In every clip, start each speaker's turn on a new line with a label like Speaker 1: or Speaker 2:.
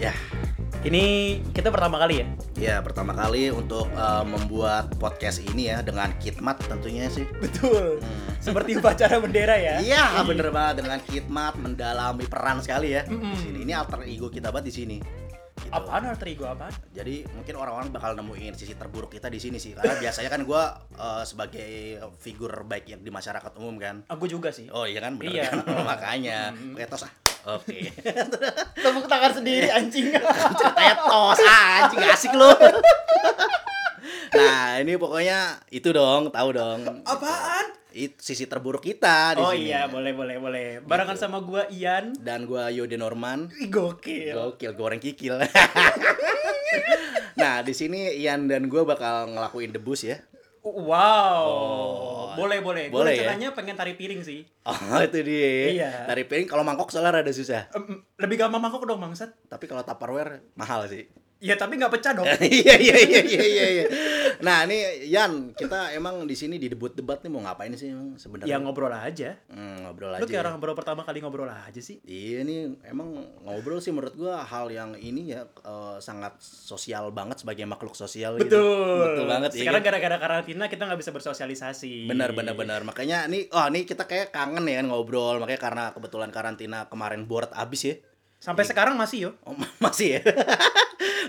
Speaker 1: Ya,
Speaker 2: Ini kita pertama kali ya.
Speaker 1: ya pertama kali untuk eh, membuat podcast ini ya dengan khidmat tentunya sih.
Speaker 2: Betul.
Speaker 1: Hmm.
Speaker 2: Seperti upacara bendera ya.
Speaker 1: Iya, bener banget dengan khidmat mendalami peran sekali ya.
Speaker 2: Mm-mm.
Speaker 1: Di sini ini alter ego kita banget di sini. Gitu.
Speaker 2: Apaan alter ego apaan?
Speaker 1: Jadi mungkin orang-orang bakal nemuin sisi terburuk kita di sini sih. Karena biasanya kan gue sebagai figur baik yang di masyarakat umum kan.
Speaker 2: Aku juga sih.
Speaker 1: Oh iya kan bener
Speaker 2: Iya.
Speaker 1: kan? makanya.
Speaker 2: Mm-mm.
Speaker 1: Pakai tos ah. Oke.
Speaker 2: Tepuk tangan sendiri anjing.
Speaker 1: Ceritanya tos ah, anjing asik lu. nah, ini pokoknya itu dong, tahu dong.
Speaker 2: apaan?
Speaker 1: Itu sisi terburuk kita di
Speaker 2: Oh
Speaker 1: sini.
Speaker 2: iya, boleh boleh boleh. Barengan sama gua Ian.
Speaker 1: Dan gua Yode Norman.
Speaker 2: Ih, Gokil.
Speaker 1: Gokil goreng kikil. nah, di sini Ian dan gue bakal ngelakuin debus ya.
Speaker 2: Wow.
Speaker 1: Oh.
Speaker 2: Boleh boleh. Gua
Speaker 1: Boleh ya?
Speaker 2: rencananya pengen tarik piring sih.
Speaker 1: Oh, itu dia.
Speaker 2: Iya.
Speaker 1: Dari piring kalau mangkok soalnya rada susah.
Speaker 2: Em, lebih gampang mangkok dong bangsat.
Speaker 1: Tapi kalau Tupperware mahal sih.
Speaker 2: Ya tapi nggak pecah dong.
Speaker 1: Iya iya iya iya iya. iya. Nah, ini Ian, kita emang di sini di debut-debat nih mau ngapain sih emang
Speaker 2: ya
Speaker 1: sebenarnya?
Speaker 2: ngobrol aja.
Speaker 1: Hmm, ngobrol aja.
Speaker 2: Lu kayak
Speaker 1: ya.
Speaker 2: orang baru pertama kali ngobrol aja sih.
Speaker 1: Iya nih, emang ngobrol sih menurut gua hal yang ini ya eh, sangat sosial banget sebagai makhluk sosial gitu.
Speaker 2: Betul.
Speaker 1: Betul banget iya
Speaker 2: Sekarang
Speaker 1: kan?
Speaker 2: gara-gara karantina kita nggak bisa bersosialisasi.
Speaker 1: Benar benar benar. Makanya nih oh nih kita kayak kangen ya kan ngobrol makanya karena kebetulan karantina kemarin board abis ya.
Speaker 2: Sampai sekarang masih yo.
Speaker 1: Oh, ma- masih ya.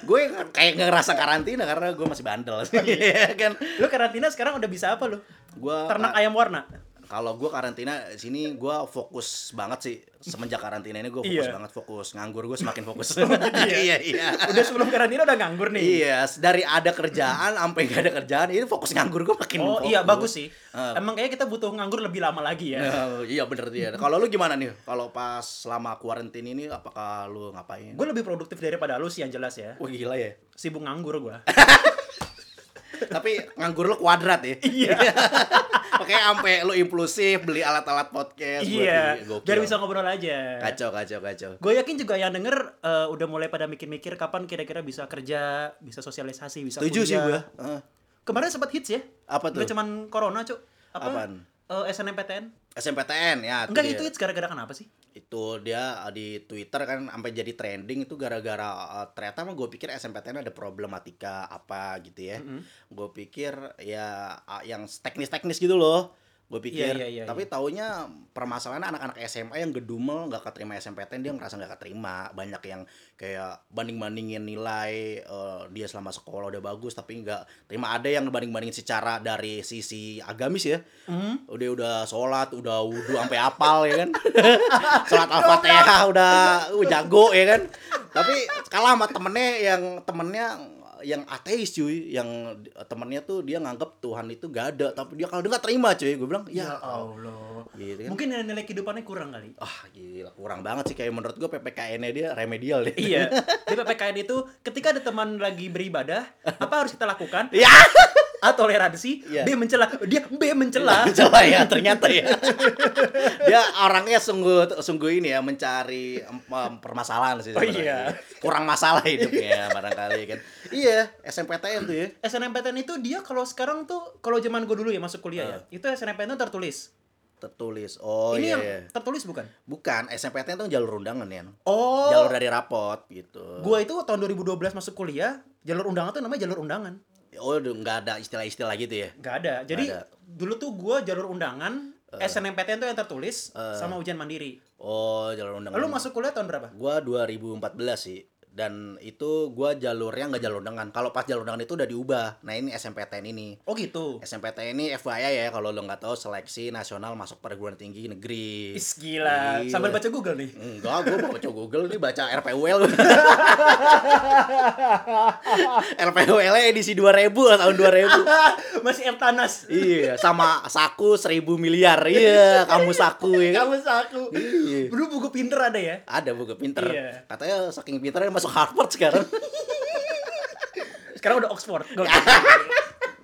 Speaker 1: gue kayak nggak ngerasa karantina karena gue masih bandel sih. Iya kan.
Speaker 2: Lu karantina sekarang udah bisa apa lu?
Speaker 1: Gua
Speaker 2: Ternak ayam warna.
Speaker 1: kalau gue karantina di sini gue fokus banget sih semenjak karantina ini gue fokus
Speaker 2: Iya.
Speaker 1: banget fokus nganggur gue semakin fokus
Speaker 2: ya?
Speaker 1: iya iya
Speaker 2: Udah sebelum karantina udah nganggur nih.
Speaker 1: iya dari ada kerjaan sampai gak ada kerjaan ini fokus nganggur gue makin
Speaker 2: Oh
Speaker 1: fokus.
Speaker 2: iya bagus sih.
Speaker 1: Eh.
Speaker 2: Emang kayaknya kita butuh nganggur lebih lama lagi ya.
Speaker 1: Eh, iya bener dia. Kalau lu gimana nih? Kalau pas selama karantina ini apakah lu ngapain?
Speaker 2: Gue lebih produktif daripada lu sih yang jelas ya.
Speaker 1: Wah gila ya.
Speaker 2: Sibuk nganggur gua.
Speaker 1: Tapi nganggur lu kuadrat ya.
Speaker 2: Iya.
Speaker 1: Oke, sampai lu impulsif beli alat-alat podcast. buat
Speaker 2: Iya.
Speaker 1: ini. Gokil.
Speaker 2: Biar bisa ngobrol aja.
Speaker 1: kacau kacau kacau.
Speaker 2: Gue yakin juga yang denger eh, udah mulai pada mikir-mikir kapan kira-kira bisa kerja, bisa sosialisasi, bisa
Speaker 1: Setuju sih
Speaker 2: kuliah.
Speaker 1: gua. Heeh.
Speaker 2: Kemarin sempat hits ya.
Speaker 1: Apa tuh?
Speaker 2: Gak cuman corona, Cuk. Apa?
Speaker 1: Apaan?
Speaker 2: Eh, SNMPTN.
Speaker 1: SMPTN ya. itu
Speaker 2: Enggak
Speaker 1: dia.
Speaker 2: itu hits gara-gara kenapa sih?
Speaker 1: itu dia uh, di Twitter kan sampai jadi trending itu gara-gara uh, ternyata mah gue pikir SMPTN ada problematika apa gitu ya. Gue pikir ya uh, yang teknis-teknis gitu loh. Gue pikir
Speaker 2: Iya, iya, iya,
Speaker 1: tapi taunya permasalahan anak-anak SMA yang gedumel nggak keterima SMPTN dia merasa nggak keterima. Banyak yang kayak banding-bandingin nilai uh, dia selama sekolah udah bagus tapi nggak terima ada yang banding-bandingin secara dari sisi agamis ya
Speaker 2: Hmm?
Speaker 1: udah udah sholat udah wudhu sampai apal ya kan sholat al-fatihah udah uh, jago ya kan tapi kalah sama temennya yang temennya yang ateis cuy yang temennya tuh dia nganggep Tuhan itu gak ada tapi dia kalau dengar terima cuy gue bilang ya,
Speaker 2: Allah.
Speaker 1: gitu kan
Speaker 2: Mungkin nilai, nilai kehidupannya kurang kali.
Speaker 1: ah gila kurang banget sih kayak menurut gue ppkn-nya dia remedial ya. deh
Speaker 2: iya. Di PPKN itu ketika ada teman lagi beribadah, apa harus kita lakukan?
Speaker 1: ya
Speaker 2: A toleransi,
Speaker 1: Iya.
Speaker 2: B mencela. Dia B mencela.
Speaker 1: coba ya ternyata ya dia orangnya sungguh sungguh ini ya mencari em, em, permasalahan sih
Speaker 2: Oh,
Speaker 1: sebenarnya. kurang masalah hidupnya barangkali kan iya SMPTN tuh ya
Speaker 2: SNMPTN itu dia kalau sekarang tuh kalau zaman gue dulu ya masuk kuliah ya. Itu SNMPTN tertulis.
Speaker 1: tertulis Ah. oh
Speaker 2: Ini
Speaker 1: iya,
Speaker 2: yang
Speaker 1: iya.
Speaker 2: tertulis bukan?
Speaker 1: bukan SMPTN tuh jalur undangan ya
Speaker 2: Oh.
Speaker 1: jalur dari rapot gitu
Speaker 2: Gue itu tahun 2012 masuk kuliah, jalur undangan tuh namanya jalur undangan.
Speaker 1: oh aduh, nggak ada istilah-istilah gitu ya
Speaker 2: Gak ada. Jadi
Speaker 1: Nggak
Speaker 2: dulu tuh gue jalur undangan, SNMPTN tuh yang tertulis
Speaker 1: Eh.
Speaker 2: sama ujian mandiri.
Speaker 1: oh jalur undangan
Speaker 2: Lalu masuk kuliah tahun berapa?
Speaker 1: gua 2014 sih dan itu gua jalurnya nggak jalur undangan kalau pas jalur undangan itu udah diubah nah ini SMPTN ini
Speaker 2: Oh gitu.
Speaker 1: SMPTN ini FYI ya kalau lo nggak tahu seleksi nasional masuk perguruan tinggi negeri.
Speaker 2: Is gila.
Speaker 1: Gila.
Speaker 2: Sambil baca Google nih.
Speaker 1: Enggak, gue baca Google nih baca RPUL. RPUL -nya edisi 2000 lah, tahun 2000.
Speaker 2: Masih Ertanas.
Speaker 1: iya, sama saku 1000 miliar. Iya, kamu saku ya kan.
Speaker 2: Kamu saku.
Speaker 1: Iya.
Speaker 2: Dulu buku pinter ada ya.
Speaker 1: Ada buku pinter.
Speaker 2: Iya.
Speaker 1: Katanya saking pinternya masuk Harvard sekarang.
Speaker 2: Sekarang udah Oxford. Gua-
Speaker 1: Ya.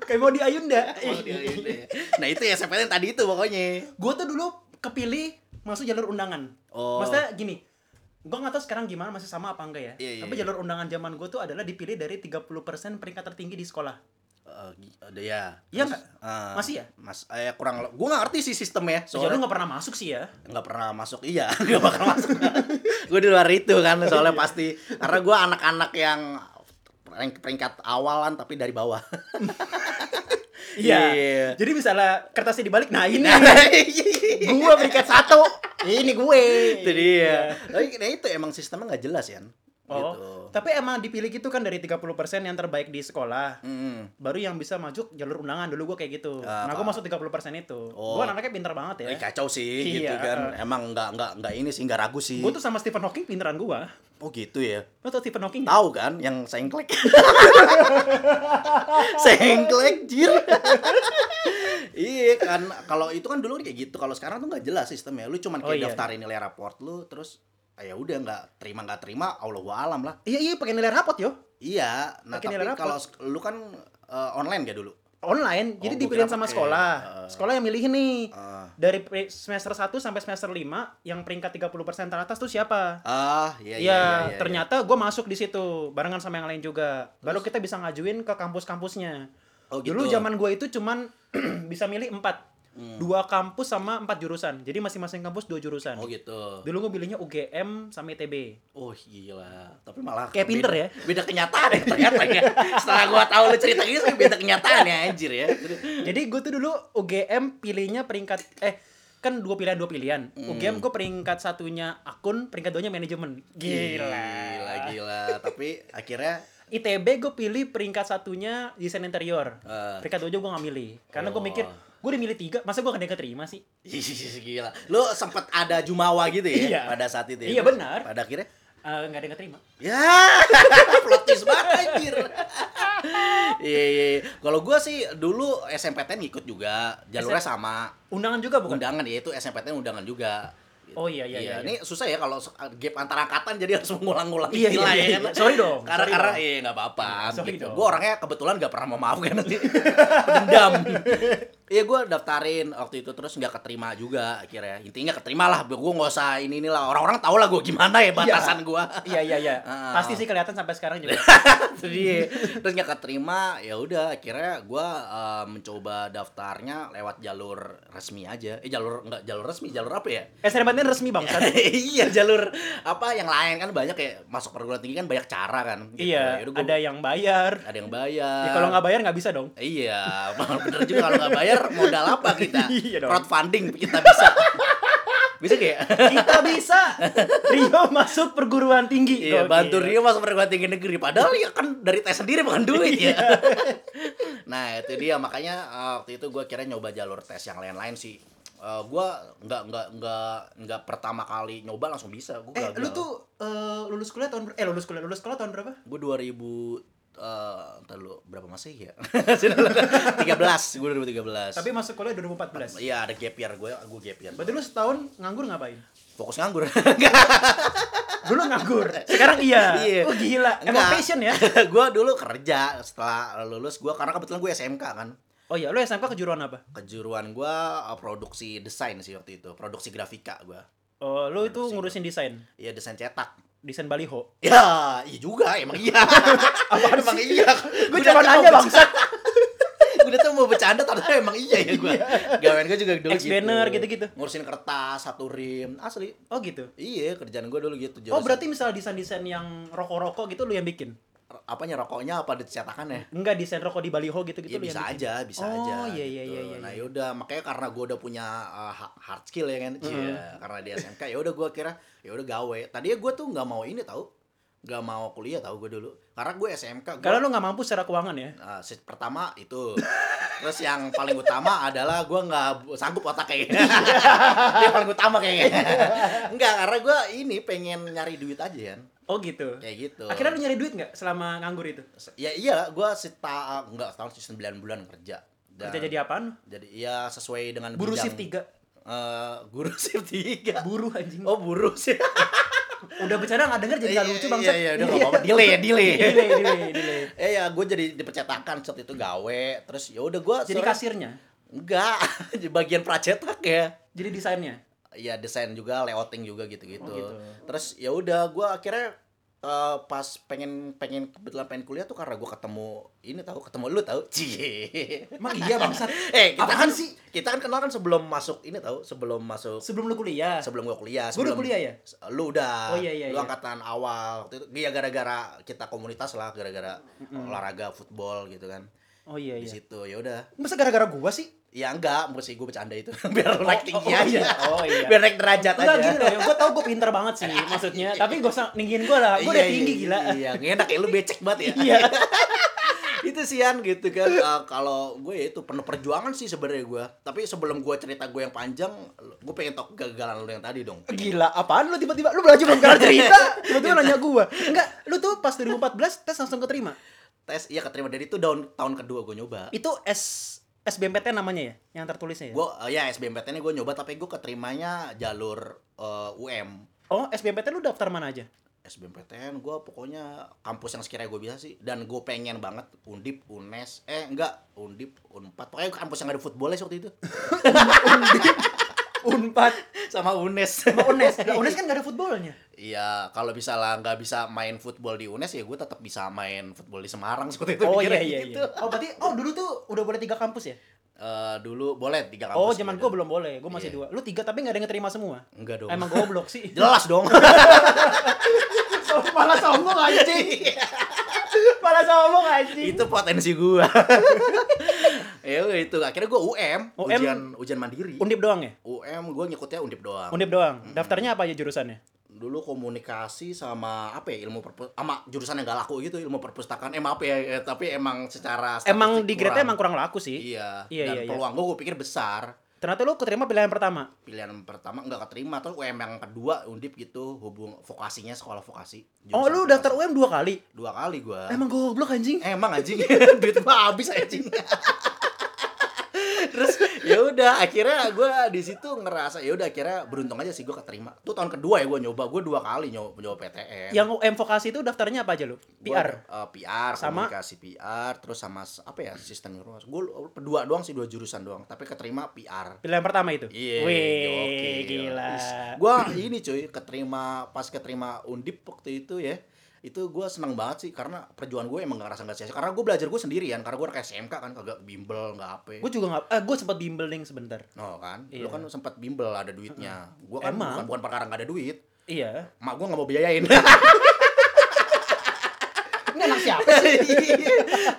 Speaker 2: Kayak mau di Ayunda.
Speaker 1: nah, itu ya SMPTN tadi itu pokoknya.
Speaker 2: Gue tuh dulu kepilih masuk jalur undangan.
Speaker 1: Oh.
Speaker 2: Maksudnya gini, gue gak tahu sekarang gimana masih sama apa enggak ya.
Speaker 1: Iya, iya,
Speaker 2: Tapi
Speaker 1: iya.
Speaker 2: jalur undangan zaman gue tuh adalah dipilih dari 30% peringkat tertinggi di sekolah.
Speaker 1: eh, gi- ada ya.
Speaker 2: Iya
Speaker 1: Terus,
Speaker 2: nggak?
Speaker 1: eh,
Speaker 2: Masih ya?
Speaker 1: Mas eh kurang gue nggak ngerti sih sistemnya ya,
Speaker 2: Sejauh lu
Speaker 1: soalnya
Speaker 2: nggak pernah masuk sih ya.
Speaker 1: Iya, nggak pernah masuk iya nggak bakal masuk gue di luar itu kan soalnya pasti karena gue anak-anak yang peringkat, peringkat awalan tapi dari bawah Iya.
Speaker 2: Jadi misalnya kertasnya dibalik, nah ini
Speaker 1: gue peringkat satu
Speaker 2: ini gue.
Speaker 1: iya. itu dia tapi nah itu emang sistemnya nggak jelas ya
Speaker 2: Oh, tapi emang dipilih gitu kan dari 30% yang terbaik di sekolah.
Speaker 1: Mm.
Speaker 2: Baru yang bisa maju jalur undangan dulu gue kayak gitu.
Speaker 1: Ah,
Speaker 2: nah, gue
Speaker 1: paham.
Speaker 2: masuk 30% itu.
Speaker 1: Oh.
Speaker 2: Gue anaknya pintar banget ya.
Speaker 1: Eh, kacau sih
Speaker 2: Iya,
Speaker 1: gitu kan
Speaker 2: eh.
Speaker 1: emang nggak nggak nggak ini sih nggak ragu sih
Speaker 2: Gue tuh sama Stephen Hawking pinteran gue.
Speaker 1: oh gitu ya
Speaker 2: Lo tau Stephen Hawking? nggak?
Speaker 1: tahu kan yang sengklek sengklek jir iya kan kalau itu kan dulu kayak gitu kalau sekarang tuh nggak jelas sistemnya lu cuman
Speaker 2: Oh,
Speaker 1: kayak
Speaker 2: iya.
Speaker 1: daftarin nilai raport lu terus ah, ya udah nggak terima nggak terima allah alam lah
Speaker 2: Iya iya pakai nilai rapot yo.
Speaker 1: iya nah
Speaker 2: Pakai
Speaker 1: tapi
Speaker 2: nilai
Speaker 1: kalau lu kan eh, online gak dulu
Speaker 2: Online.
Speaker 1: Oh,
Speaker 2: jadi
Speaker 1: gua
Speaker 2: dipilihin
Speaker 1: kira
Speaker 2: sama
Speaker 1: pakai,
Speaker 2: sekolah.
Speaker 1: eh.
Speaker 2: Sekolah yang milih nih.
Speaker 1: Ah.
Speaker 2: Dari pre- semester 1 sampai semester 5 yang peringkat 30% teratas tuh siapa?
Speaker 1: ah
Speaker 2: Iya,
Speaker 1: iya iya iya, iya,
Speaker 2: ternyata gue masuk di situ barengan sama yang lain juga. Baru kita bisa ngajuin ke kampus-kampusnya.
Speaker 1: Oh, gitu.
Speaker 2: Dulu
Speaker 1: Hmm.
Speaker 2: zaman gue itu cuman bisa milih empat, dua kampus sama empat jurusan. Jadi masing-masing kampus dua jurusan.
Speaker 1: oh gitu
Speaker 2: Dulu gue pilihnya UGM sama ITB.
Speaker 1: Oh gila, tapi malah
Speaker 2: Kayak pinter ya?
Speaker 1: beda- Beda kenyataan ya ternyata ya. Setelah gua tahu lu cerita gini, saya beda kenyataan ya anjir ya.
Speaker 2: Jadi gue tuh dulu UGM pilihnya peringkat eh kan dua pilihan dua pilihan.
Speaker 1: Hmm.
Speaker 2: UGM gue peringkat satunya akun, peringkat duanya manajemen.
Speaker 1: Gila, gila. Tapi akhirnya
Speaker 2: ITB gue pilih peringkat satunya desain interior.
Speaker 1: eh,
Speaker 2: Peringkat dua gue gak milih karena gue
Speaker 1: Oh.
Speaker 2: mikir gue udah milih tiga, masa gue gak ada yang keterima sih?
Speaker 1: gila. Lu sempet ada jumawa gitu ya
Speaker 2: Iya.
Speaker 1: pada saat itu.
Speaker 2: Iya,
Speaker 1: ya?
Speaker 2: benar.
Speaker 1: Pada akhirnya
Speaker 2: Eh, Nggak ada yang keterima.
Speaker 1: Ya, plot twist banget anjir. Iya, iya. iya. Kalau gua sih dulu SMPTN ikut juga, jalurnya sama.
Speaker 2: Undangan juga bukan?
Speaker 1: Undangan ya itu SMPTN undangan juga.
Speaker 2: Oh, iya, iya, iya,
Speaker 1: Ini susah ya kalau se- gap antara angkatan jadi harus mengulang-ulang
Speaker 2: Iya,
Speaker 1: istilah
Speaker 2: iya,
Speaker 1: ya
Speaker 2: iya,
Speaker 1: kan.
Speaker 2: iya. Sorry dong,
Speaker 1: Karena
Speaker 2: sorry
Speaker 1: karena
Speaker 2: dong.
Speaker 1: iya nggak apa-apa.
Speaker 2: Sorry
Speaker 1: gitu.
Speaker 2: dong.
Speaker 1: Gue orangnya kebetulan nggak pernah memaafkan nanti dendam. Iya gue daftarin waktu itu terus nggak keterima juga akhirnya. Intinya keterima lah. Gue nggak usah ini inilah orang-orang tau lah gue gimana ya batasan gua
Speaker 2: Iya iya iya.
Speaker 1: Ah.
Speaker 2: Pasti sih kelihatan sampai sekarang juga.
Speaker 1: Jadi terus nggak keterima ya udah akhirnya gue mencoba daftarnya lewat jalur resmi aja. Eh jalur nggak jalur resmi jalur apa ya?
Speaker 2: SNMPTN Eh, resmi bang. Sat.
Speaker 1: iya jalur apa yang lain kan banyak kayak masuk perguruan tinggi kan banyak cara kan gitu.
Speaker 2: Iya.
Speaker 1: Yaudah gua- Ah.
Speaker 2: Ada yang bayar.
Speaker 1: ada yang bayar
Speaker 2: Ya, kalau nggak bayar nggak bisa dong.
Speaker 1: iya bener juga kalau nggak bayar modal apa kita
Speaker 2: Iya dong.
Speaker 1: crowdfunding kita bisa bisa kayak
Speaker 2: Kita bisa. Rio masuk perguruan tinggi.
Speaker 1: Iya,
Speaker 2: Gokil.
Speaker 1: bantu Rio masuk perguruan tinggi negeri padahal ya kan dari tes sendiri bukan duit ya.
Speaker 2: Iya.
Speaker 1: nah, itu dia makanya eh, waktu itu gua kira nyoba jalur tes yang lain-lain sih. Eh, gua nggak nggak nggak nggak pertama kali nyoba langsung bisa. Gua
Speaker 2: Eh,
Speaker 1: gagal.
Speaker 2: lu tuh eh, lulus kuliah tahun ber- eh lulus kuliah lulus sekolah tahun berapa?
Speaker 1: gue 2000 eh entar lu berapa masih ya? Sudah lah. 13, gue 2013.
Speaker 2: Tapi masuk kuliah 2014.
Speaker 1: iya ada gap year gue, gue gap year.
Speaker 2: Berarti lu setahun nganggur ngapain?
Speaker 1: Fokus nganggur.
Speaker 2: Dulu nganggur, sekarang iya.
Speaker 1: Iya.
Speaker 2: Oh gila, emang
Speaker 1: Enggak.
Speaker 2: passion ya?
Speaker 1: gue dulu kerja setelah lulus gue karena kebetulan gue SMK kan.
Speaker 2: Oh iya, lu SMK kejuruan apa?
Speaker 1: Kejuruan gue produksi desain sih waktu itu, produksi grafika gue.
Speaker 2: Oh, lu itu ngurusin desain,
Speaker 1: Iya desain cetak.
Speaker 2: desain baliho.
Speaker 1: Ya, iya juga, emang iya. Apaan emang iya.
Speaker 2: Gue
Speaker 1: Gua
Speaker 2: cuma
Speaker 1: udah tahu
Speaker 2: nanya
Speaker 1: bercanda.
Speaker 2: bangsat.
Speaker 1: Gua udah tuh mau bercanda ternyata emang iya ya gue. Gawain gue juga dulu gitu.
Speaker 2: Ex banner, gitu-gitu.
Speaker 1: Ngurusin kertas, satu rim, asli.
Speaker 2: Oh gitu.
Speaker 1: Iya, kerjaan gue dulu gitu.
Speaker 2: Oh
Speaker 1: jurusan-
Speaker 2: berarti misalnya desain-desain yang rokok-rokok gitu lu yang bikin?
Speaker 1: apanya rokoknya apa ada cetakannya?
Speaker 2: Enggak desain rokok di baliho gitu-gitu
Speaker 1: Ya
Speaker 2: lu yang
Speaker 1: bisa
Speaker 2: bikin?
Speaker 1: aja, bisa
Speaker 2: Oh,
Speaker 1: aja.
Speaker 2: iya, iya, iya, iya,
Speaker 1: Nah
Speaker 2: iya.
Speaker 1: yaudah makanya karena gue udah punya uh, ha- hard skill ya kan, Iya, karena di SMK ya udah gue kira ya udah gawe. Tadinya gue tuh nggak mau ini tau, nggak mau kuliah tau gue dulu. Karena gue SMK, gua,
Speaker 2: Karena lu nggak mampu secara keuangan ya.
Speaker 1: uh, sit- pertama itu, terus yang paling utama adalah gue nggak bu- sanggup otak kayaknya. yang paling utama kayaknya. Enggak, karena gue ini pengen nyari duit aja kan,
Speaker 2: Oh gitu.
Speaker 1: kayak gitu.
Speaker 2: Akhirnya lu nyari duit nggak selama nganggur itu?
Speaker 1: ya iya, gue seta enggak setahun sih 9 bulan kerja. Dan-
Speaker 2: Kerja jadi apaan?
Speaker 1: jadi ya sesuai dengan
Speaker 2: Buruh
Speaker 1: bidang.
Speaker 2: shift 3.
Speaker 1: Eh, guru shift tiga
Speaker 2: Buruh anjing.
Speaker 1: oh buruh sih
Speaker 2: Udah bercanda nggak denger jadi nggak lucu bangsat.
Speaker 1: iya iya udah nggak apa-apa delay ya delay
Speaker 2: Delay, delay, delay.
Speaker 1: eh ya gue jadi dipercetakan saat itu gawe terus ya udah gue
Speaker 2: Jadi kasirnya,
Speaker 1: enggak di bagian pracetak ya
Speaker 2: jadi desainnya.
Speaker 1: ya desain juga layouting juga gitu gitu,
Speaker 2: Oh, gitu.
Speaker 1: terus ya udah gue akhirnya eh, pas pengen pengen kebetulan pengen kuliah tuh karena gue ketemu ini tahu ketemu lu tahu cie
Speaker 2: Emang iya bangsat.
Speaker 1: eh kita
Speaker 2: Apaan
Speaker 1: kan sih kita kan kenal kan sebelum masuk ini tahu sebelum masuk
Speaker 2: Sebelum lu kuliah.
Speaker 1: sebelum gue kuliah
Speaker 2: Gua udah
Speaker 1: sebelum
Speaker 2: kuliah ya?
Speaker 1: lu udah
Speaker 2: Oh, iya, iya,
Speaker 1: lu
Speaker 2: iya.
Speaker 1: angkatan awal Waktu itu dia gara-gara kita komunitas lah gara-gara olahraga football gitu kan
Speaker 2: Oh iya
Speaker 1: di
Speaker 2: iya.
Speaker 1: situ ya udah
Speaker 2: Masa gara-gara gua sih?
Speaker 1: ya enggak mesti gue bercanda itu biar naik tinggi
Speaker 2: oh, oh,
Speaker 1: aja
Speaker 2: iya. Oh, iya.
Speaker 1: biar naik derajat
Speaker 2: Enggak
Speaker 1: aja
Speaker 2: gini loh, yang gua tau gua pinter banget sih maksudnya. Tapi gak usah ninggin gua lah, gua udah
Speaker 1: Iya,
Speaker 2: tinggi
Speaker 1: iya,
Speaker 2: gila.
Speaker 1: iya nggak enak ya lu becek banget ya
Speaker 2: Iya.
Speaker 1: itu sian gitu kan Eh, kalau gue ya itu penuh perjuangan sih sebenarnya gue tapi sebelum gue cerita gue yang panjang gue pengen tau kegagalan lu yang tadi dong
Speaker 2: Gila, apaan lu tiba-tiba? Lu belajar belum kelar cerita, tiba-tiba nanya gua. Enggak, lu tuh pas 2014 tes langsung keterima.
Speaker 1: tes iya keterima dari itu daun tahun kedua gue nyoba
Speaker 2: Itu S SBMPTN namanya ya, yang tertulisnya ya?
Speaker 1: gue eh, ya SBMPTN gue nyoba tapi gue keterimanya jalur eh, UM
Speaker 2: Oh, SBMPTN lu daftar mana aja?
Speaker 1: SBMPTN gue pokoknya kampus yang sekiranya gue bisa sih dan gue pengen banget undip unes eh enggak undip unpad pokoknya kampus yang ada footballnya waktu itu
Speaker 2: Unpad
Speaker 1: sama unes
Speaker 2: sama UNES. Lah, UNES kan gak ada footballnya.
Speaker 1: Iya, kalau misalnya nggak bisa main football di UNES ya gue tetap bisa main football di Semarang seperti itu.
Speaker 2: Oh
Speaker 1: pikirnya
Speaker 2: iya iya
Speaker 1: gitu.
Speaker 2: iya. Oh berarti oh dulu tuh udah boleh tiga kampus ya?
Speaker 1: Eh, dulu boleh tiga kampus.
Speaker 2: Oh zaman
Speaker 1: gitu.
Speaker 2: gua belum boleh, gua masih
Speaker 1: Iya.
Speaker 2: dua. Lu tiga tapi gak ada yang ngeterima semua.
Speaker 1: Enggak dong.
Speaker 2: Emang goblok sih.
Speaker 1: Jelas dong.
Speaker 2: Malah sombong anjing. Malah sombong anjing.
Speaker 1: itu potensi gue. ya itu akhirnya gue UM,
Speaker 2: UM?
Speaker 1: ujian ujian mandiri.
Speaker 2: Undip doang ya?
Speaker 1: UM gue nyikutnya undip doang.
Speaker 2: Undip doang. Daftarnya apa aja jurusannya?
Speaker 1: Dulu komunikasi sama apa ya ilmu perpus sama jurusan yang gak laku gitu ilmu perpustakaan. Emang apa ya? eh, tapi emang secara
Speaker 2: Emang
Speaker 1: statistik
Speaker 2: di grade-nya
Speaker 1: kurang.
Speaker 2: emang kurang laku sih.
Speaker 1: Iya.
Speaker 2: Iya,
Speaker 1: Dan
Speaker 2: iya, iya.
Speaker 1: peluang gue gue pikir besar.
Speaker 2: Ternyata lu keterima pilihan pertama.
Speaker 1: pilihan pertama nggak keterima terus UM yang kedua undip gitu hubung vokasinya sekolah vokasi
Speaker 2: Oh,
Speaker 1: Jurusan Iya.
Speaker 2: lu
Speaker 1: vokasi.
Speaker 2: daftar UM dua kali.
Speaker 1: dua kali gua emang,
Speaker 2: Emang goblok anjing.
Speaker 1: anjing duit gua habis anjing terus ya udah akhirnya gua di situ ngerasa ya udah akhirnya beruntung aja sih gua keterima tuh tahun kedua ya gua nyoba gua dua kali nyoba nyoba PTN
Speaker 2: Yang UM vokasi itu daftarnya apa aja lu?
Speaker 1: Gua,
Speaker 2: PR.
Speaker 1: eh, PR
Speaker 2: Sama?
Speaker 1: komunikasi PR terus sama s- apa ya sistem rumah gua lu- dua doang sih dua jurusan doang tapi keterima PR
Speaker 2: Pilihan pertama itu.
Speaker 1: Iya,
Speaker 2: Wih,
Speaker 1: gokil.
Speaker 2: gila.
Speaker 1: Is, Gua ini cuy, keterima pas keterima Undip waktu itu ya. Itu gua senang banget sih karena perjuangan gue emang gak ngerasa gak sia-sia. Karena gue belajar gue sendirian, karena gue anak SMK kan kagak bimbel, gak apa.
Speaker 2: Gue juga nggak, eh, gue sempat bimbeling sebentar.
Speaker 1: No kan,
Speaker 2: Iya.
Speaker 1: lu kan sempat bimbel ada duitnya. Gua kan
Speaker 2: Emang.
Speaker 1: bukan, bukan perkara gak ada duit.
Speaker 2: Iya.
Speaker 1: Mak gue gak mau biayain.
Speaker 2: Ini anak siapa?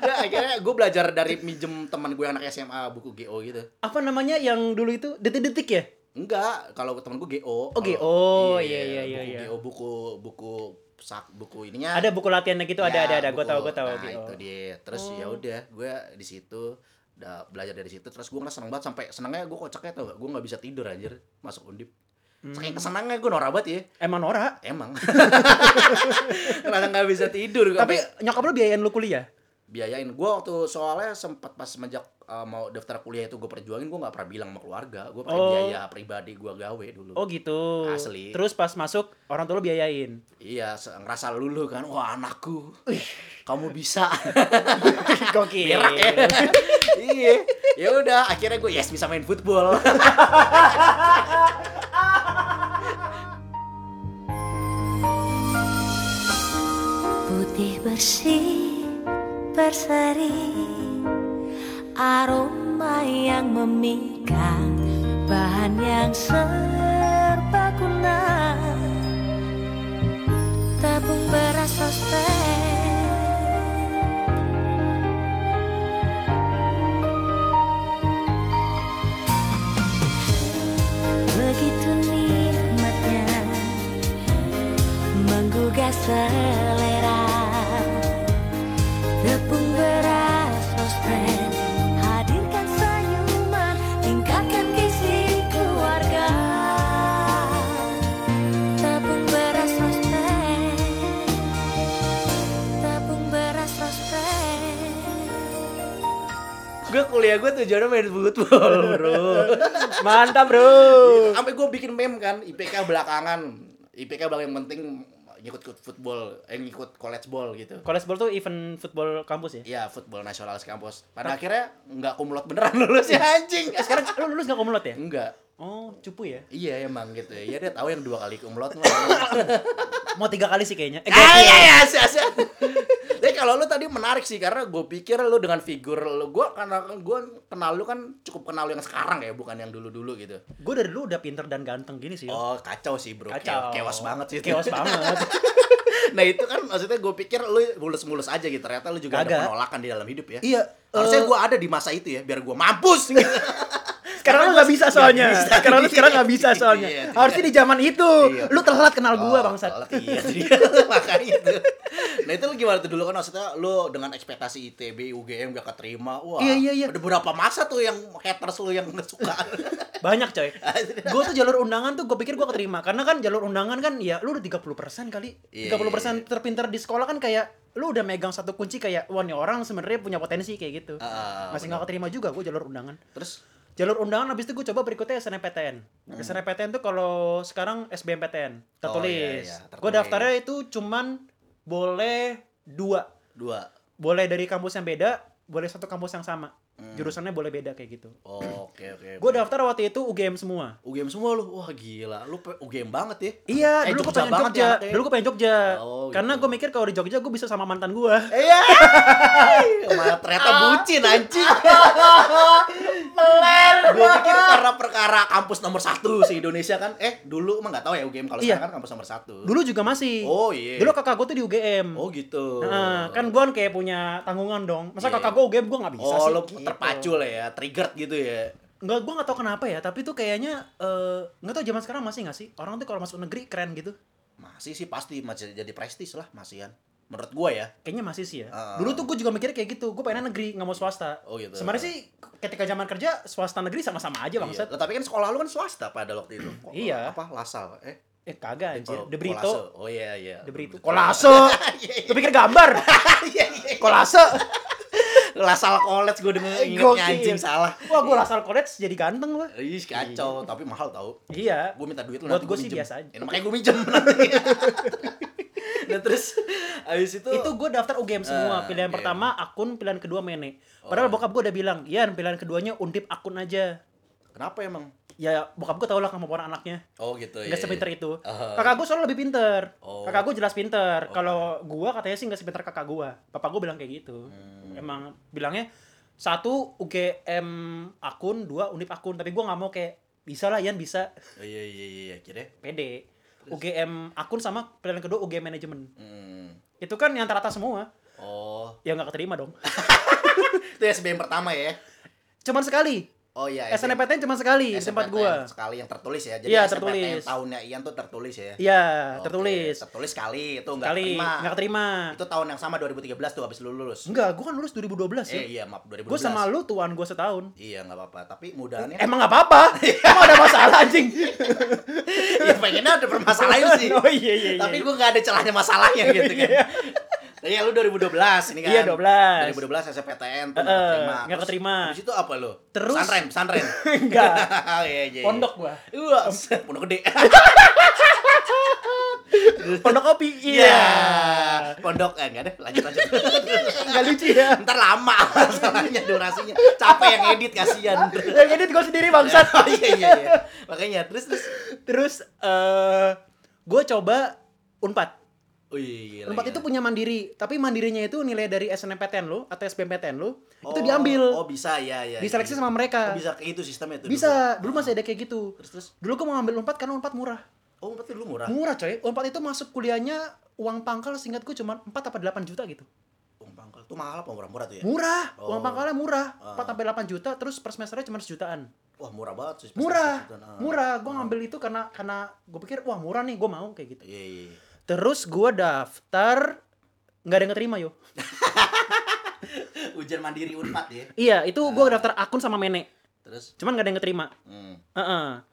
Speaker 1: Nah, akhirnya gue belajar dari minjem teman gue anak SMA buku GO gitu.
Speaker 2: Apa namanya yang dulu itu detik-detik ya?
Speaker 1: Enggak, kalau temen gue
Speaker 2: Oh,
Speaker 1: GO.
Speaker 2: GO,
Speaker 1: Kalau-
Speaker 2: iya, iya, iya, iya.
Speaker 1: buku GO buku buku sak buku ininya.
Speaker 2: Ada buku latihannya gitu, ada
Speaker 1: Ya,
Speaker 2: ada ada. Gue
Speaker 1: buku.
Speaker 2: tahu, gue tahu.
Speaker 1: Nah,
Speaker 2: Gitu.
Speaker 1: itu dia. Terus ya udah, gue di situ udah belajar dari situ terus gue ngerasa seneng banget sampai senengnya gue kocaknya tau gak gue nggak bisa tidur anjir masuk undip
Speaker 2: Hmm.
Speaker 1: saking kesenangnya gue norak banget ya
Speaker 2: Emang Nora.
Speaker 1: emang karena nggak bisa tidur
Speaker 2: Tapi
Speaker 1: tapi
Speaker 2: nyokap lu biayain lu kuliah?
Speaker 1: biayain gue waktu soalnya sempat pas semenjak uh, mau daftar kuliah itu gue perjuangin gue nggak pernah bilang sama keluarga gue pakai
Speaker 2: Oh.
Speaker 1: biaya pribadi gue gawe dulu
Speaker 2: Oh gitu.
Speaker 1: Asli.
Speaker 2: Terus pas masuk orang tua lu biayain.
Speaker 1: iya se- ngerasa lulu kan wah anakku kamu bisa
Speaker 2: Gokil.
Speaker 1: Berak ya. iya. Ya udah, akhirnya gue yes bisa main football.
Speaker 3: putih bersih berseri aroma yang memikat bahan yang serbaguna tabung beras sosmed begitu nikmatnya menggugah selera tepung beras sosmed hadirkan senyuman tingkatkan gizi keluarga tepung beras sosmed tepung beras sosmed
Speaker 1: gue kuliah gue tujuannya main football, bro.
Speaker 2: Mantap bro.
Speaker 1: Sampai gue bikin meme kan, IPK belakangan. IPK bang yang penting ngikut ikut football, eh ngikut college ball gitu.
Speaker 2: College ball tuh event football kampus ya?
Speaker 1: Iya, football nasional sekampus. Pada akhirnya nggak kumlot beneran lulus ya anjing.
Speaker 2: Sekarang lu lulus gak kumlot ya?
Speaker 1: Enggak.
Speaker 2: Oh, cupu ya?
Speaker 1: Iya emang gitu ya. Iya dia tahu yang dua kali kumlot mah.
Speaker 2: Mau tiga kali sih kayaknya. Eh,
Speaker 1: Ah,
Speaker 2: gokil.
Speaker 1: iya, iya, asik, asik. Tapi kalau lu tadi menarik sih karena gue pikir lu dengan figur lu gua karena gua kenal lu kan cukup kenal lu yang sekarang ya bukan yang dulu-dulu gitu.
Speaker 2: Gue dari dulu udah pinter dan ganteng gini sih. Yo.
Speaker 1: Oh, kacau sih, Bro.
Speaker 2: Kacau.
Speaker 1: Kewas banget sih. itu.
Speaker 2: Kewas banget.
Speaker 1: nah, itu kan maksudnya gue pikir lu mulus-mulus aja gitu. Ternyata lu juga
Speaker 2: Kagak.
Speaker 1: ada penolakan di dalam hidup ya.
Speaker 2: iya.
Speaker 1: Harusnya
Speaker 2: eh,
Speaker 1: gue ada di masa itu ya biar gue mampus gitu.
Speaker 2: Sekarang lu gak bisa soalnya.
Speaker 1: Nggak Iya, bisa.
Speaker 2: Sekarang lu sekarang gak bisa soalnya.
Speaker 1: Iya, tidak.
Speaker 2: Harusnya di zaman itu.
Speaker 1: Iya.
Speaker 2: Lu telat kenal gua
Speaker 1: Oh,
Speaker 2: bangsat.
Speaker 1: telat, Iya, iya. makanya itu. Nah itu lu gimana tuh dulu kan maksudnya lu dengan ekspektasi ITB, UGM gak keterima. Wah,
Speaker 2: Iya, iya, iya.
Speaker 1: ada berapa masa tuh yang haters lu yang gak suka.
Speaker 2: Banyak coy. Gue tuh jalur undangan tuh gue pikir gue keterima. Karena kan jalur undangan kan ya lu udah 30% kali.
Speaker 1: Iya,
Speaker 2: 30% terpinter di sekolah kan kayak lu udah megang satu kunci kayak wah nih orang sebenarnya punya potensi kayak gitu.
Speaker 1: Ah,
Speaker 2: Masih nggak keterima juga gue jalur undangan.
Speaker 1: Terus
Speaker 2: Jalur undangan habis itu gue coba berikutnya SNMPTN. SNMPTN tuh kalau sekarang SBMPTN
Speaker 1: Hmm. Oh,
Speaker 2: tertulis.
Speaker 1: iya, iya,
Speaker 2: Gue
Speaker 1: tertulis.
Speaker 2: daftarnya itu cuman boleh dua.
Speaker 1: dua.
Speaker 2: Boleh dari kampus yang beda, boleh satu kampus yang sama.
Speaker 1: Hmm.
Speaker 2: Jurusannya boleh beda kayak gitu.
Speaker 1: Oh, Oke oke.
Speaker 2: Gue daftar waktu itu UGM semua.
Speaker 1: UGM semua lu. Wah gila, lu pe- UGM banget ya.
Speaker 2: Iya,
Speaker 1: Eh,
Speaker 2: dulu gue
Speaker 1: Jogja
Speaker 2: pengen
Speaker 1: banget
Speaker 2: Jogja.
Speaker 1: ya, anaknya.
Speaker 2: Dulu gue pengen Jogja.
Speaker 1: Oh, gitu.
Speaker 2: Karena gue mikir kalau di Jogja gue bisa sama mantan gue.
Speaker 1: Iya. Malah ternyata bucin anjing. Meler. Gue pikir karena perkara kampus nomor satu se Indonesia kan. Eh dulu emang nggak tahu ya UGM kalau
Speaker 2: Iya.
Speaker 1: sekarang kan kampus nomor satu.
Speaker 2: Dulu juga masih.
Speaker 1: Oh iya.
Speaker 2: Dulu kakak gue tuh di UGM.
Speaker 1: Oh gitu.
Speaker 2: Nah, kan gue kayak punya tanggungan dong. Masa
Speaker 1: Iya.
Speaker 2: kakak gue UGM gue nggak bisa
Speaker 1: oh,
Speaker 2: sih.
Speaker 1: lo
Speaker 2: Gitu.
Speaker 1: terpacu lah ya, triggered gitu ya.
Speaker 2: Nggak, gue nggak tahu kenapa ya. Tapi tuh kayaknya eh, nggak tahu zaman sekarang masih nggak sih. Orang tuh kalau masuk negeri keren gitu.
Speaker 1: Masih sih pasti masih jadi prestis lah masihan. Menurut gua ya.
Speaker 2: Kayaknya masih sih ya.
Speaker 1: Ah.
Speaker 2: Dulu tuh gue juga mikirnya kayak gitu. Gue pengen negeri nggak mau swasta.
Speaker 1: Oh, gitu.
Speaker 2: Sebenarnya sih ketika zaman kerja swasta negeri sama-sama aja
Speaker 1: Iya.
Speaker 2: bangsat.
Speaker 1: Lah, Tapi kan sekolah lu kan swasta pada waktu itu. Kok-
Speaker 2: Iya.
Speaker 1: Apa Lasal? Eh,
Speaker 2: Eh kagak anjir.
Speaker 1: oh,
Speaker 2: De Brito.
Speaker 1: Kolase. Iya, Oh iya iya.
Speaker 2: De Brito. Iya,
Speaker 1: Kolase.
Speaker 2: Kolase. Lu pikir gambar? Kolase.
Speaker 1: Lasal College gua denger
Speaker 2: Gokil.
Speaker 1: ingetnya anjing salah.
Speaker 2: Wah, gue asal college jadi ganteng gue.
Speaker 1: Ih, kacau, tapi mahal tau.
Speaker 2: Iya.
Speaker 1: Gue minta duit lu
Speaker 2: Buat
Speaker 1: nanti
Speaker 2: gua
Speaker 1: gua
Speaker 2: sih
Speaker 1: minjem.
Speaker 2: biasa aja.
Speaker 1: Ya, makanya gue minjem nanti. nah terus abis itu,
Speaker 2: Itu gue daftar UGM semua.
Speaker 1: Ah,
Speaker 2: Pilihan
Speaker 1: UGM.
Speaker 2: pertama akun, pilihan kedua mene.
Speaker 1: Oh.
Speaker 2: Padahal bokap gue udah bilang, ya pilihan keduanya undip akun aja.
Speaker 1: kenapa emang?
Speaker 2: Ya bokap gue tau lah kemampuan anaknya.
Speaker 1: Oh gitu.
Speaker 2: Gak
Speaker 1: iya,
Speaker 2: sepinter
Speaker 1: iya.
Speaker 2: itu.
Speaker 1: Ah.
Speaker 2: Kakak gue selalu lebih pinter.
Speaker 1: Oh.
Speaker 2: Kakak gue jelas pinter. Kalau gue katanya sih gak sepinter kakak gue. Papa gue bilang kayak gitu.
Speaker 1: Hmm.
Speaker 2: Emang bilangnya satu UGM akun, dua undip akun. Tapi gue nggak mau kayak bisa lah Ian bisa.
Speaker 1: Oh, Iya iya iya akhirnya.
Speaker 2: PD UGM akun sama pilihan kedua UGM manajemen
Speaker 1: Hmm.
Speaker 2: itu kan yang teratas semua
Speaker 1: Oh,
Speaker 2: ya nggak keterima dong
Speaker 1: itu SBM pertama ya?
Speaker 2: cuman sekali
Speaker 1: Oh iya.
Speaker 2: SNMPTN cuman sekali di
Speaker 1: SNMPTN
Speaker 2: tempat gua
Speaker 1: Sekali yang tertulis ya. Jadi
Speaker 2: Iya,
Speaker 1: SNMPTN
Speaker 2: tertulis.
Speaker 1: tahunnya Ian tuh tertulis ya.
Speaker 2: iya
Speaker 1: Oke,
Speaker 2: tertulis
Speaker 1: Tertulis sekali itu enggak
Speaker 2: sekali
Speaker 1: terima.
Speaker 2: nggak keterima
Speaker 1: Itu tahun yang sama 2013 tuh habis lu lulus.
Speaker 2: enggak gua kan lulus 2012 sih
Speaker 1: Eh iya, maaf 2012.
Speaker 2: gua sama lu Eh, tuan gua setahun
Speaker 1: Iya, enggak apa-apa. Tapi mudahannya
Speaker 2: emang nggak apa-apa
Speaker 1: Iya.
Speaker 2: emang ada masalah anjing
Speaker 1: ya pengennya ada permasalahan sih.
Speaker 2: oh iya iya iya
Speaker 1: Tapi gue gak ada celahnya masalahnya gitu kan.
Speaker 2: Iya.
Speaker 1: Nah, Iya lu 2012 ini kan.
Speaker 2: Iya, 12.
Speaker 1: 2012 SPTN
Speaker 2: Eh,
Speaker 1: tuh nggak keterima.
Speaker 2: nggak
Speaker 1: Terus
Speaker 2: keterima.
Speaker 1: Habis itu apa lu?
Speaker 2: Terus-
Speaker 1: pesantren, pesantren.
Speaker 2: Enggak.
Speaker 1: Oh, iya, iya, iya.
Speaker 2: Pondok gua.
Speaker 1: Wah, pondok gede.
Speaker 2: pondok kopi
Speaker 1: Iya.
Speaker 2: iya
Speaker 1: Pondok eh enggak deh, lanjut lanjut.
Speaker 2: nggak lucu ya
Speaker 1: Ntar lama masalahnya durasinya. Capek yang edit kasihan.
Speaker 2: yang edit gua sendiri bangsat
Speaker 1: Oh, iya iya iya. Makanya terus terus.
Speaker 2: terus eh gua coba unpad
Speaker 1: Oh iya.
Speaker 2: Unpad itu punya mandiri, tapi mandirinya itu nilai dari SNMPTN lo atau SBMPTN lo itu
Speaker 1: Oh,
Speaker 2: diambil,
Speaker 1: Oh, bisa ya ya.
Speaker 2: diseleksi
Speaker 1: iya.
Speaker 2: sama mereka.
Speaker 1: Oh, bisa kayak gitu sistemnya itu.
Speaker 2: Bisa, dulu masih ada kayak gitu.
Speaker 1: Terus terus.
Speaker 2: Dulu gue mau ngambil unpad karena unpad murah.
Speaker 1: Oh, berarti lu murah.
Speaker 2: Murah coy, unpad itu masuk kuliahnya uang pangkal singkat gue cuma 4 apa 8 juta gitu.
Speaker 1: Uang Oh, pangkal tuh mahal apa murah-murah tuh ya?
Speaker 2: Murah, uang
Speaker 1: Oh.
Speaker 2: pangkalnya murah, 4
Speaker 1: Ah.
Speaker 2: sampai 8 juta terus per semesternya cuma sejutaan.
Speaker 1: Wah, murah banget sih. pasti
Speaker 2: Murah,
Speaker 1: sejutaan. Ah.
Speaker 2: murah. Gue ngambil itu karena karena gue pikir wah murah nih gue mau kayak gitu.
Speaker 1: Iya, iya.
Speaker 2: Terus gue daftar nggak ada yang keterima yo.
Speaker 1: Ujian mandiri Unpad ya.
Speaker 2: Iya, itu gue daftar akun sama Mene.
Speaker 1: Terus
Speaker 2: Cuman gak ada yang keterima.
Speaker 1: hmm.
Speaker 2: Heeh.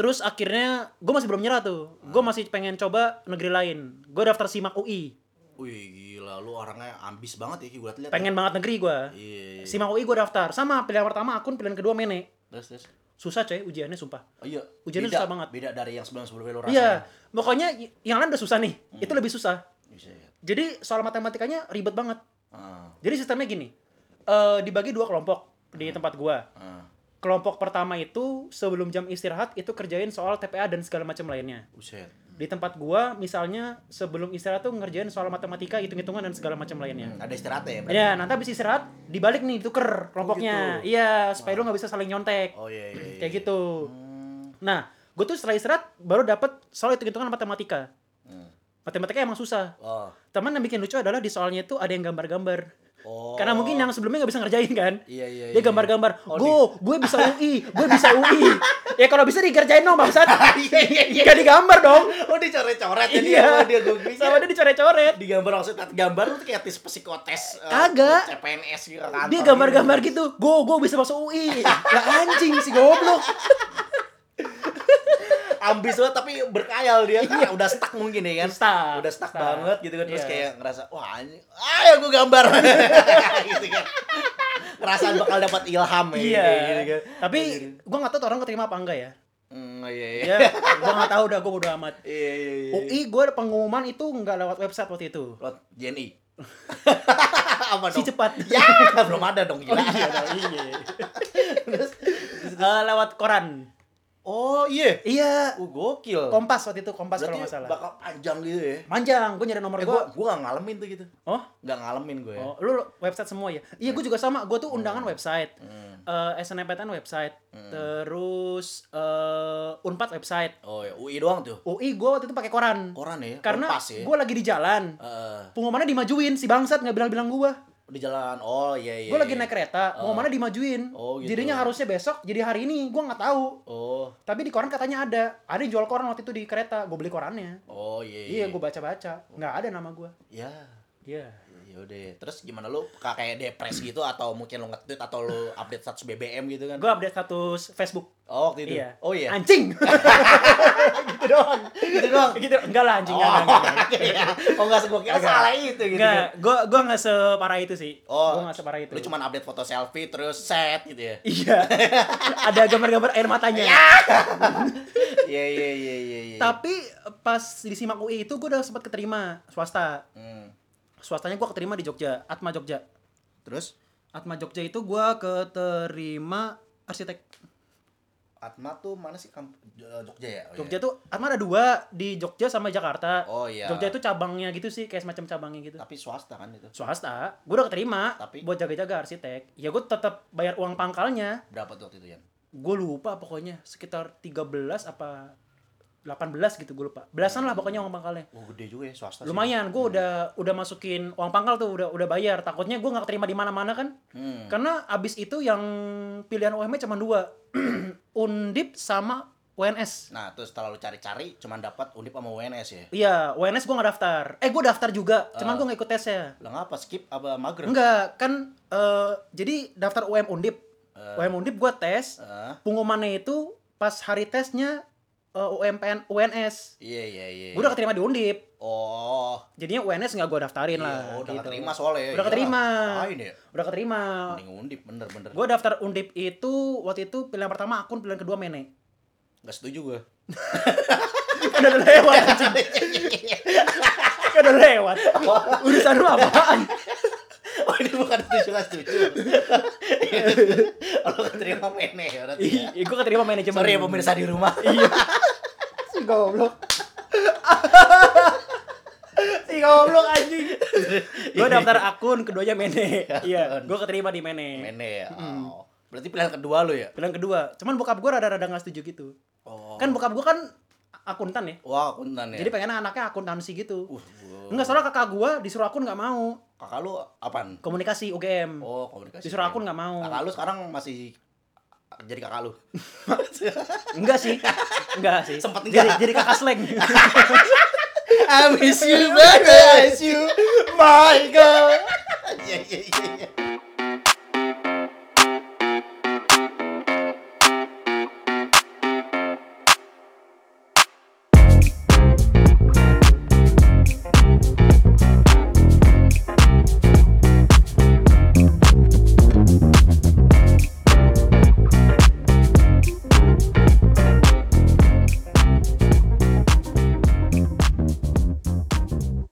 Speaker 2: Terus akhirnya gue masih belum nyerah tuh.
Speaker 1: Ah.
Speaker 2: Gue masih pengen coba negeri lain. Gue daftar SIMAK UI.
Speaker 1: Wih, gila lu orangnya ambis banget ya, Ki. gua lihat.
Speaker 2: Pengen banget negeri gue.
Speaker 1: Iya, iya.
Speaker 2: SIMAK UI gue daftar. Sama pilihan pertama akun, pilihan kedua mene.
Speaker 1: Terus terus.
Speaker 2: Susah coy ujiannya sumpah.
Speaker 1: Oh iya.
Speaker 2: Ujiannya
Speaker 1: beda,
Speaker 2: susah banget.
Speaker 1: Beda dari yang sebelum-sebelumnya lu
Speaker 2: Iya, pokoknya y- yang lain udah susah nih.
Speaker 1: Hmm.
Speaker 2: Itu lebih susah.
Speaker 1: Bisa ya.
Speaker 2: Jadi soal matematikanya ribet banget.
Speaker 1: Ah, Hmm.
Speaker 2: Jadi sistemnya gini. eh dibagi dua kelompok di tempat gua.
Speaker 1: ah.
Speaker 2: kelompok pertama itu sebelum jam istirahat itu kerjain soal TPA dan segala macam lainnya.
Speaker 1: Buset.
Speaker 2: Di tempat gua misalnya sebelum istirahat tuh ngerjain soal matematika, hitung-hitungan dan segala macam lainnya.
Speaker 1: Ada istirahatnya ya? berarti?
Speaker 2: Ya, nanti habis istirahat dibalik nih tuker kelompoknya.
Speaker 1: gitu.
Speaker 2: Iya, supaya lu nggak bisa saling nyontek.
Speaker 1: Oh iya iya. iya.
Speaker 2: Kayak gitu.
Speaker 1: Hmm.
Speaker 2: Nah, gue tuh setelah istirahat baru dapet soal hitung-hitungan matematika.
Speaker 1: Hmm.
Speaker 2: Matematika emang susah.
Speaker 1: Oh.
Speaker 2: Teman yang bikin lucu adalah di soalnya itu ada yang gambar-gambar.
Speaker 1: Oh.
Speaker 2: Karena mungkin yang sebelumnya nggak bisa ngerjain kan.
Speaker 1: Iya iya.
Speaker 2: Dia
Speaker 1: iya.
Speaker 2: gambar-gambar,
Speaker 1: Oh,
Speaker 2: gue, gue bisa UI, gue bisa UI. ya kalau bisa dikerjain dong maksud. Gak digambar dong.
Speaker 1: Oh dicoret-coret ya dia.
Speaker 2: Iya.
Speaker 1: Oh, dia gue
Speaker 2: Sama dia dicoret-coret.
Speaker 1: digambar langsung tat gambar tuh kayak tes psikotes eh,
Speaker 2: Kagak.
Speaker 1: CPNS gitu kantor
Speaker 2: Dia
Speaker 1: gitu.
Speaker 2: gambar-gambar gitu, gue, gue bisa masuk UI. Lah anjing si goblok. gitu.
Speaker 1: ambis banget tapi berkayal dia karena udah stuck mungkin
Speaker 2: Iya.
Speaker 1: ya kan
Speaker 2: Stuck,
Speaker 1: udah stuck,
Speaker 2: stuck.
Speaker 1: banget gitu kan terus
Speaker 2: Iya.
Speaker 1: kayak ngerasa wah anjing ayo gue gambar gitu kan perasaan bakal dapat ilham ya kayak gitu
Speaker 2: Iya.
Speaker 1: kan.
Speaker 2: Tapi
Speaker 1: Anjir.
Speaker 2: gue nggak tahu tuh orang keterima apa enggak ya.
Speaker 1: Hmm, iya iya
Speaker 2: Ya, gue nggak tahu udah gue bodo amat.
Speaker 1: iya iya iya.
Speaker 2: UI gue pengumuman itu nggak lewat website waktu itu.
Speaker 1: Lot JNI apa
Speaker 2: Si
Speaker 1: dong
Speaker 2: cepat. Oh, iya.
Speaker 1: ya belum ada dong gila
Speaker 2: Eh, lewat koran.
Speaker 1: oh iya
Speaker 2: Iya.
Speaker 1: oh gokil
Speaker 2: Kompas waktu itu kompas kalau
Speaker 1: berarti
Speaker 2: nggak salah.
Speaker 1: bakal panjang gitu ya
Speaker 2: Manjang, gue nyari nomor
Speaker 1: eh,
Speaker 2: gue.
Speaker 1: gua gua gak ngalamin tuh gitu
Speaker 2: Oh,
Speaker 1: gak ngalamin gue ya
Speaker 2: oh, lu website semua ya? Iya, gue juga sama. Gue tuh undangan website,
Speaker 1: Hmm.
Speaker 2: Eh, SNMPTN website, terus eh, Unpad website.
Speaker 1: oh ya UI doang tuh
Speaker 2: UI gue waktu itu pakai koran.
Speaker 1: koran ya
Speaker 2: Karena
Speaker 1: kompas ya
Speaker 2: gue lagi di jalan.
Speaker 1: Heeh.
Speaker 2: Pengumumannya dimajuin si bangsat nggak bilang-bilang gue.
Speaker 1: di jalan oh iya iya
Speaker 2: Gue lagi
Speaker 1: iya.
Speaker 2: naik kereta, pengumumannya dimajuin.
Speaker 1: Oh, gitu.
Speaker 2: Jadinya harusnya besok, jadi hari ini. Gue nggak tahu.
Speaker 1: oh
Speaker 2: Tapi di koran katanya ada. Ada yang jual koran waktu itu di kereta. Gue beli korannya.
Speaker 1: oh iya
Speaker 2: Iya, gue baca-baca. Nggak ada nama gue.
Speaker 1: ya
Speaker 2: Iya.
Speaker 1: yaudah terus gimana lu ka- kayak depres gitu atau mungkin lu nge-tweet atau lu update status BBM gitu kan
Speaker 2: Gue update status Facebook.
Speaker 1: oh waktu itu
Speaker 2: Iya.
Speaker 1: oh iya
Speaker 2: Anjing.
Speaker 1: gitu doang gitu doang
Speaker 2: gitu. Enggak lah anjing.
Speaker 1: oh
Speaker 2: Enggak, enggak,
Speaker 1: iya. oh nggak gue kira
Speaker 2: Agak.
Speaker 1: salah itu gitu
Speaker 2: enggak.
Speaker 1: kan.
Speaker 2: Gue gue nggak separah itu sih.
Speaker 1: oh
Speaker 2: Gue nggak separah itu.
Speaker 1: lu cuma update foto selfie terus set gitu ya
Speaker 2: Iya. ada gambar-gambar air matanya.
Speaker 1: iya iya iya iya iya
Speaker 2: Tapi pas disimak UI itu gue udah sempat keterima swasta.
Speaker 1: Hmm.
Speaker 2: Swastanya gue keterima di Jogja, Atma Jogja.
Speaker 1: terus
Speaker 2: Atma Jogja itu gue keterima arsitek.
Speaker 1: Oh, iya. Atma tuh mana sih kamp Jogja ya Oh, iya.
Speaker 2: Jogja tuh Atma ada dua di Jogja sama Jakarta.
Speaker 1: Oh, iya.
Speaker 2: Jogja itu cabangnya gitu sih, kayak semacam cabangnya gitu.
Speaker 1: tapi swasta kan itu
Speaker 2: Swasta, gue udah keterima
Speaker 1: Tapi-
Speaker 2: buat jaga-jaga arsitek. Ya gue tetap bayar uang pangkalnya.
Speaker 1: berapa tuh waktu itu Yan?
Speaker 2: Gue lupa pokoknya sekitar 13 apa 18 gitu gue lupa. Belasan lah pokoknya uang pangkalnya.
Speaker 1: Oh gede juga ya swasta sih.
Speaker 2: Lumayan, gue udah udah masukin uang pangkal tuh udah udah bayar. Takutnya gue nggak keterima di mana-mana kan?
Speaker 1: Hmm.
Speaker 2: Karena abis itu yang pilihan UMnya cuma dua, Undip sama UNS.
Speaker 1: Nah, terus setelah lu cari-cari cuman dapat Undip sama UNS ya.
Speaker 2: Iya, UNS gue gak daftar. Eh, gue daftar juga,
Speaker 1: Ah.
Speaker 2: cuman gue gak ikut tesnya.
Speaker 1: Lah ngapa skip apa mager?
Speaker 2: Enggak, kan eh, jadi daftar UM Undip. UM Undip gue tes,
Speaker 1: Eh,
Speaker 2: pengumumannya itu pas hari tesnya eh, UMPN UNS.
Speaker 1: iya iya iya.
Speaker 2: Gue udah keterima di Undip,
Speaker 1: Oh,
Speaker 2: jadinya UNS gak gue daftarin
Speaker 1: iya,
Speaker 2: lah.
Speaker 1: oh, udah
Speaker 2: gitu.
Speaker 1: keterima soalnya.
Speaker 2: Udah keterima. Ah.
Speaker 1: Lain ya.
Speaker 2: Udah keterima.
Speaker 1: Mending Undip bener-bener.
Speaker 2: Gue daftar Undip itu waktu itu pilihan pertama akun, pilihan kedua Mene. Kan
Speaker 1: Gak setuju gue.
Speaker 2: udah lewat anjing. Kan udah lewat. Urusan lu apaan?
Speaker 1: oh, ini bukan setuju, gak setuju. Kalau keterima mene ya berarti. ya.
Speaker 2: Ih, gue keterima manajemen.
Speaker 1: Sorry ya pemirsa di rumah.
Speaker 2: Iya, Si goblok. si goblok anjing. Gue
Speaker 1: Iya.
Speaker 2: daftar akun keduanya Mene. Iya, gue keterima di Mene.
Speaker 1: mene ya. Oh. Berarti pilihan kedua lu ya?
Speaker 2: Pilihan kedua, cuman bokap gue rada-rada gak setuju gitu.
Speaker 1: Oh.
Speaker 2: Kan bokap gue kan akuntan ya.
Speaker 1: Wah, akuntan ya.
Speaker 2: Jadi pengennya anaknya akuntansi gitu.
Speaker 1: uh, gua-
Speaker 2: Enggak salah kakak gue disuruh akun nggak mau.
Speaker 1: kakak lu apaan?
Speaker 2: Komunikasi UGM.
Speaker 1: Oh, komunikasi.
Speaker 2: Disuruh akun nggak mau.
Speaker 1: Kakak lu sekarang masih jadi kakak lu.
Speaker 2: Enggak sih. Enggak sih.
Speaker 1: Sempet
Speaker 2: jadi,
Speaker 1: enggak.
Speaker 2: jadi kakak slang.
Speaker 1: I miss you, but I miss you, my girl. Iya, iya, iya.